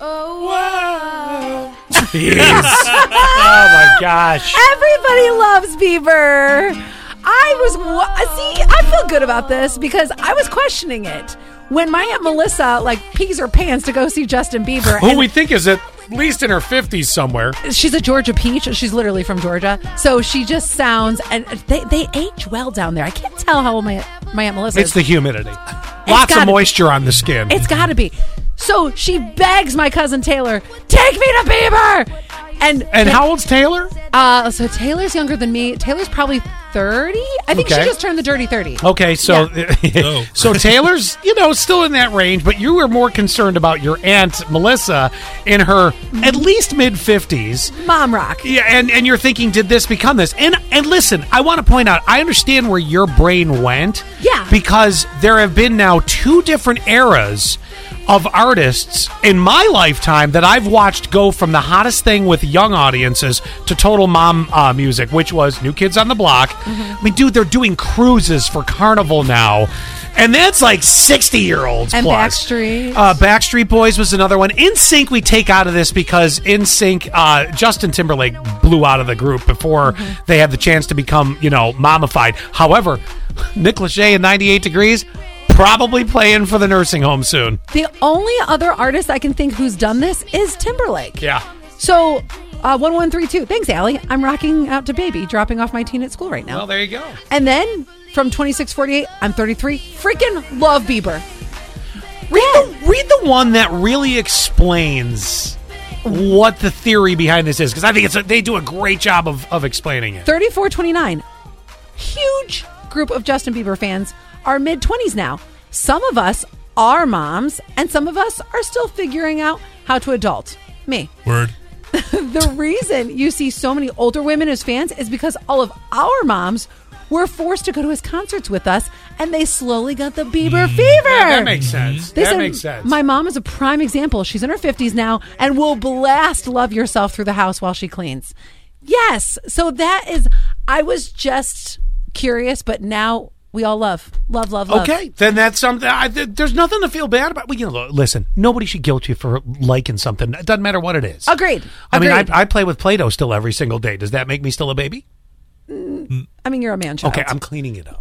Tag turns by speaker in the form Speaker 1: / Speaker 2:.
Speaker 1: Oh, wow.
Speaker 2: Jeez. oh my gosh.
Speaker 3: Everybody loves Bieber. I was wa- see. I feel good about this because I was questioning it when my aunt Melissa like pees her pants to go see Justin Bieber.
Speaker 2: Who
Speaker 3: and
Speaker 2: we think is at least in her 50s somewhere.
Speaker 3: she's a Georgia peach. She's literally from Georgia, so she just sounds and they, they age well down there. I can't tell how old my my aunt Melissa
Speaker 2: It's
Speaker 3: is.
Speaker 2: the humidity. Lots of
Speaker 3: gotta be.
Speaker 2: moisture on the skin.
Speaker 3: It's got to be. So she begs my cousin Taylor, take me to Bieber. And
Speaker 2: and how old's Taylor?
Speaker 3: uh, so Taylor's younger than me. Taylor's probably thirty. I think
Speaker 2: Okay.
Speaker 3: she just turned the dirty thirty.
Speaker 2: Okay, so
Speaker 4: Oh.
Speaker 2: so Taylor's, you know, still in that range, but you were more concerned about your aunt Melissa in her at least mid 50s.
Speaker 3: Mom rock.
Speaker 2: Yeah, and, and you're thinking, did this become this? And and listen, I want to point out, I understand where your brain went.
Speaker 3: Yeah.
Speaker 2: Because there have been now two different eras of artists in my lifetime that I've watched go from the hottest thing with young audiences to total mom uh, music, which was New Kids on the Block. I mean, dude, they're doing cruises for Carnival now. And that's like 60 year olds
Speaker 3: And
Speaker 2: plus.
Speaker 3: Backstreet.
Speaker 2: Uh, Backstreet Boys was another one. In Sync, we take out of this because In Sync, uh, Justin Timberlake blew out of the group before
Speaker 3: Mm-hmm.
Speaker 2: they had the chance to become, you know, mommified. However, Nick Lachey in 98 Degrees probably playing for the nursing home soon.
Speaker 3: The only other artist I can think who's done this is Timberlake.
Speaker 2: Yeah.
Speaker 3: So, uh, 1132. Thanks, Allie. I'm rocking out to baby, dropping off my teen at school right now.
Speaker 2: Well, there you go.
Speaker 3: and then from 2648, I'm 33. Freaking love Bieber.
Speaker 2: Read the, read the one that really explains what the theory behind this is because I think it's a, they do a great job of, of explaining it.
Speaker 3: 3429. Huge group of Justin Bieber fans are mid 20s now. Some of us are moms, and some of us are still figuring out how to adult. Me.
Speaker 4: Word.
Speaker 3: The reason you see so many older women as fans is because all of our moms were forced to go to his concerts with us, and they slowly got the Bieber fever.
Speaker 2: Mm. That makes sense.
Speaker 3: They
Speaker 2: that
Speaker 3: said,
Speaker 2: makes sense.
Speaker 3: My mom is a prime example. She's in her 50s now and will blast love yourself through the house while she cleans. Yes. So that is, I was just curious, but now we all love, love, love, love.
Speaker 2: Okay, then that's something. I, th- there's nothing to feel bad about. Well, you know, look, listen, nobody should guilt you for liking something. It doesn't matter what it is.
Speaker 3: Agreed.
Speaker 2: I mean, I,
Speaker 3: Agreed.
Speaker 2: I play with Play-Doh still every single day. Does that make me still a baby?
Speaker 3: I mean, you're a man child.
Speaker 2: Okay, I'm cleaning it up.